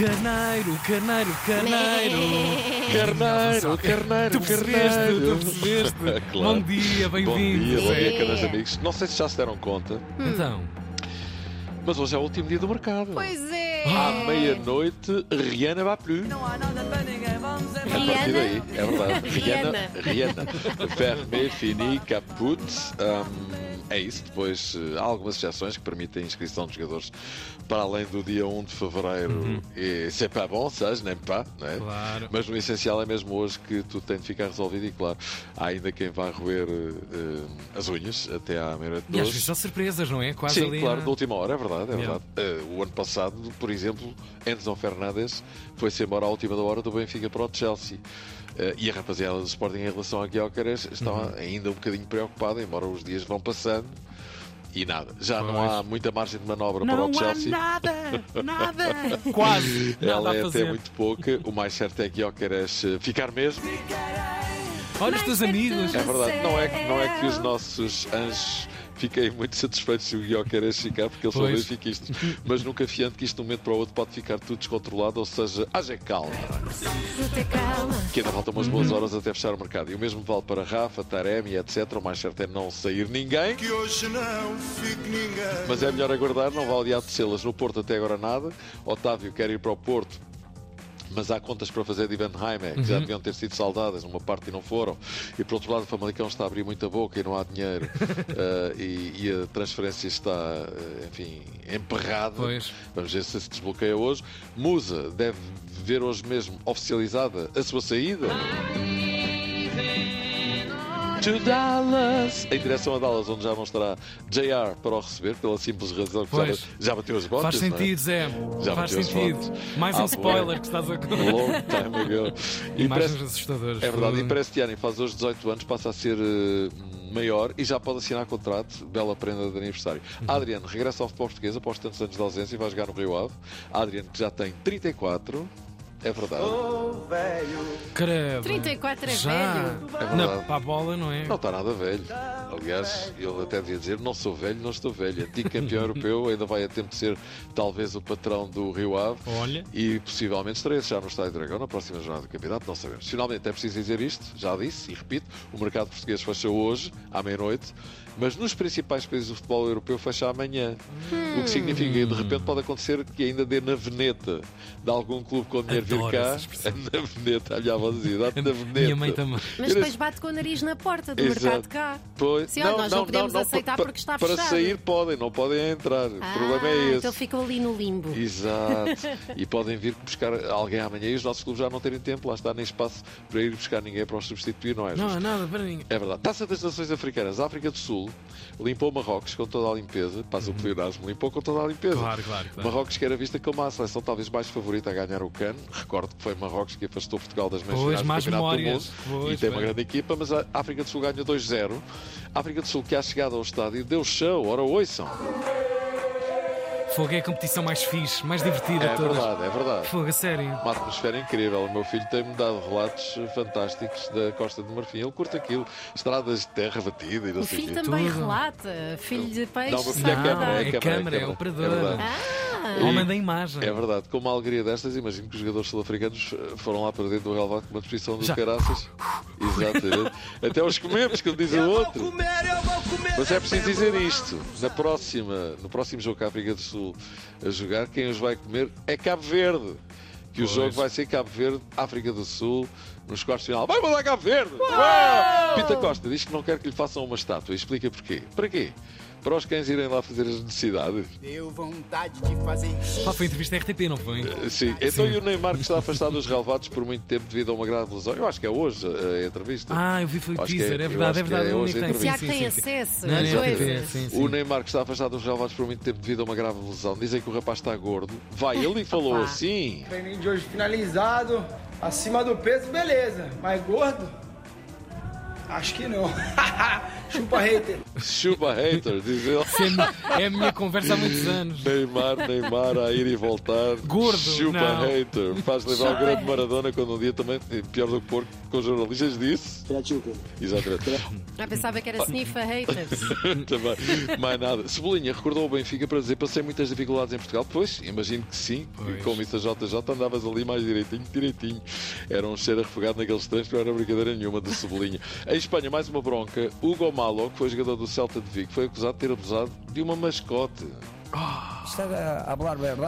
Carneiro, carneiro, carneiro. Carneiro, Tu percebeste, carneiro, tu carneiro. percebeste. Claro. Bom dia, Bom dia, bem-vindo. bom dia, Zé. caros amigos. Não sei se já se deram conta, Então, mas hoje é o último dia do mercado. Pois é. À meia-noite, Rihanna va plus. Não há nada para ninguém, vamos A embora. partir Rihanna? daí, é verdade. Rihanna, Rihanna. Rihanna. Fermé, Fini, Caput. hum, é isso. Depois eh, há algumas exceções que permitem a inscrição de jogadores para além do dia 1 de fevereiro. E é c'est pas bon, sabes? Nem pas, não é? Uhum. claro. Mas no essencial é mesmo hoje que tudo tem de ficar resolvido e claro, há ainda quem vai roer eh, eh, as unhas até à meia-noite E às doze. vezes são surpresas, não é? Quase Sim, ali. claro, na- da última hora, é verdade, Yeah. é verdade. Eh, o ano passado, por exemplo, Anderson Fernandes foi-se embora à última da hora do Benfica para o Chelsea. Eh, e a rapaziada do Sporting em relação a Guiócaras está Uhum. ainda um bocadinho preocupada, embora os dias vão passando e nada. Já não Pois. há muita margem de manobra para o Chelsea. nada, nada. Quase. Ela Nada a é até fazer. muito pouca. O mais certo é Guiócaras eh, ficar mesmo. Olha os teus amigos. É verdade, não é, que- não é que os nossos anjos fiquem muito satisfeitos se o Guiocaras ficar, porque eles são Pois. benfiquistas, mas nunca fiante que isto de um momento para o outro pode ficar tudo descontrolado, ou seja, haja calma, Ter calma. que ainda faltam umas boas horas até fechar o mercado. E o mesmo vale para Rafa, Taremi, etc. O mais certo é não sair ninguém. Que hoje não fique ninguém. Mas é melhor aguardar, não vale adiar tecê-las no Porto até agora nada. Otávio quer ir para o Porto. Mas há contas para fazer de Ivan Jaime, que já Uhum. deviam ter sido saldadas, numa parte e não foram. E por outro lado, o Famalicão está a abrir muita boca e não há dinheiro. Eh, e, e a transferência está, eh, enfim, emperrada. Pois. Vamos ver se se desbloqueia hoje. Musa deve ver hoje mesmo oficializada a sua saída. To Dallas! Em direção a Dallas, onde já não estará JR para o receber, pela simples razão que já, Pois. já bateu as botas. Faz não é? sentido, Zé. Já Faz meteu as sentido. fotos. Mais um Ah, spoiler boa. que estás a Long time ago. E Imagens parece- assustadoras. é verdade, e fogo. parece que Tiani faz hoje 18 anos, passa a ser eh, maior e já pode assinar contrato. Bela prenda de aniversário. Adriano regressa ao futebol português após tantos anos de ausência e vai jogar no Rio Ave. Adriano, que já tem 34, é verdade. Credo. 34 é Já. velho. É Não, verdade. para a bola, não é? Não está nada velho. Aliás, ele até devia dizer: não sou velho, não estou velho. Antigo campeão europeu, ainda vai a tempo de ser talvez o patrão do Rio Ave. Olha. E possivelmente estarei já no Estádio Dragão na próxima jornada do campeonato, não sabemos. Finalmente é preciso dizer isto, já disse e repito: o mercado português fecha hoje, à meia-noite, mas nos principais países do futebol europeu fecha amanhã. O que significa que de repente pode acontecer que ainda dê na veneta de algum clube com dinheiro vir Adoro cá. essa expressão. Na veneta, a minha avó dizia, dá-te na veneta. Minha mãe também. Mas depois bate com o nariz na porta do Exato. mercado cá. Pois, Sim, olha, nós não podemos aceitar pa- porque está Para fechado. sair podem, não podem entrar. o problema é esse. Então ficam ali no limbo. Exato. e podem vir buscar alguém amanhã e os nossos clubes já não terem tempo, lá está nem espaço para ir buscar ninguém para os substituir, não é Não, justo? nada para ninguém. É verdade. Taça das Nações Africanas. A África do Sul limpou Marrocos com toda a limpeza. Passa o pleonasmo, limpou com toda a limpeza. Uhum. Claro, claro, claro. Marrocos que era vista como a seleção talvez mais favorita a ganhar o CAN. Recordo que foi Marrocos que afastou Portugal das meias Pois, finais do más Campeonato memórias. do Mundo. Pois, e tem uma bem. grande equipa, mas a África do Sul ganhou 2-0. A África do Sul que à chegada ao estádio deu show. Ora, oiçam. Fogo é a competição mais fixe, mais divertida É de todas. verdade, é verdade. Fogo, a sério. Uma atmosfera incrível. O meu filho tem-me dado relatos eh, fantásticos da Costa de Marfim. Ele curta aquilo. Estradas de terra batida e não O sei o filho quê. também Tudo. relata. Filho de peixe. Não, meu filho é sabe câmara, nadar. é é câmara, câmara, é é câmara. operador. Ah, Ou manda a imagem. É verdade, com uma alegria destas, imagino que os jogadores sul-africanos eh, foram lá para dentro do relvado com uma disposição dos Já. caraças. Exatamente. Até os comemos, como diz o outro. comer, eu vou comer. Mas é preciso dizer isto. Na próxima, no próximo jogo que a África do Sul a jogar, quem os vai comer é Cabo Verde. Que o jogo vai ser Cabo Verde, África do Sul, nos quartos de final. Vai mandar Cabo Verde! Uau! Pita Costa diz que não quer que lhe façam uma estátua. E Explica porquê. Para quê? Para os cães irem lá fazer as necessidades. Deu vontade de fazer Pá, foi entrevista da RTP, não foi? Sim, então e o Neymar que está afastado dos relevados por muito tempo devido a uma grave lesão. Eu acho que é hoje a a entrevista. Ah, eu vi foi o Acho que teaser, é- é, eu acho verdade, é que verdade. é o único hoje a tem- se há que sim, tem sim, sim. acesso Não, a não, coisas. sim, sim. O Neymar que está afastado dos relevados por muito tempo devido a uma grave lesão. Dizem que o rapaz está gordo. Vai, ele e falou Opa. assim. Treininho de hoje finalizado, acima do peso, beleza. Mas gordo? Acho que não. Chupa hater. Chupa hater, diz ele. Isso é a mi- É a minha conversa há muitos anos. Neymar, Neymar a ir e voltar. Gordo, Chupa não. hater. Me faz lembrar o grande Maradona quando um dia também, pior do que porco, com jornalistas disse. Exatamente. Ah, pensava que era sniffer haters. Também, mais nada. Cebolinha recordou o Benfica para dizer passei muitas dificuldades em Portugal. Pois, imagino que sim. Pois. E como isso a JJ andavas ali mais direitinho, direitinho. Era um cheiro refogado naqueles trens, não era brincadeira nenhuma de Cebolinha. em Espanha, mais uma bronca. Hugo Malo, que foi jogador do Celta de Vigo, foi acusado de ter abusado de uma mascote.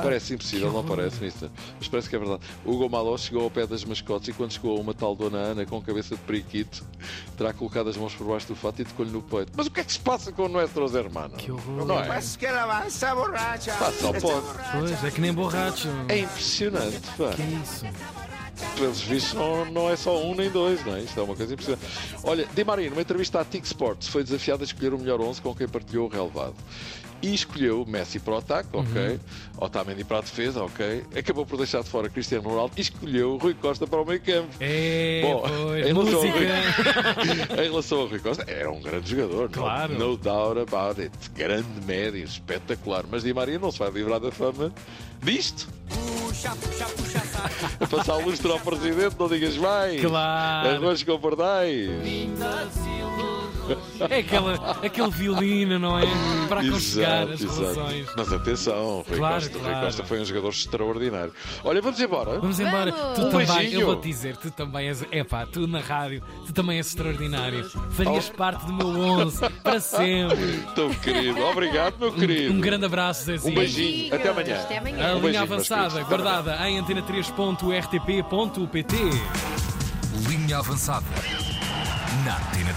Parece impossível, não parece, mister. Mas parece que é verdade. Hugo Maló chegou ao pé das mascotes e quando chegou a uma tal Dona Ana com cabeça de periquito, terá colocado as mãos por baixo do fato e tocou-lhe no peito. Mas o que é que se passa com nuestros hermanos? Que horror. Não é? que ela vai essa borracha. Pá, só Ah, pode. Pois, é que nem borracho. É impressionante, pá. Que isso? Pelos vistos, não, não é só um nem dois, não é? Isto é uma coisa impressionante. Olha, Di Maria, numa entrevista à TIC Sports, foi desafiado a escolher o melhor 11 com quem partilhou o relevado. E escolheu Messi para o ataque, ok. Otamendi para a defesa, ok. Acabou por deixar de fora Cristiano Ronaldo e escolheu Rui Costa para o meio campo. É, Bom, então- pois, em relação, ao Rui, música. em relação ao Rui Costa, era um grande jogador, no- Claro. no, doubt about it. Grande médio, espetacular. Mas Di Maria não se vai livrar da fama disto. Puxa, puxa, puxa, saco. A passar a lustre ao presidente, não digas mais. Claro. Arroz com bordais. É aquela, aquele violino, não é? Para aconchegar as Exato, exato. relações. Mas atenção, Rui Claro, Costa, Rui claro. Costa foi um jogador extraordinário. Olha, vamos embora. Vamos embora. Vamos! Tu Um também, beijinho. eu vou te dizer, tu também és. Epá, tu na rádio, tu também és extraordinário. Farias Oh. parte do meu 11 para sempre. Tão querido. Obrigado, meu querido. Um grande abraço, Um Zezinho. beijinho. Até amanhã. Até A amanhã. linha Um beijinho, meus queridos. avançada, Até amanhã. guardada em antena3.rtp.pt. Linha avançada. Na Tina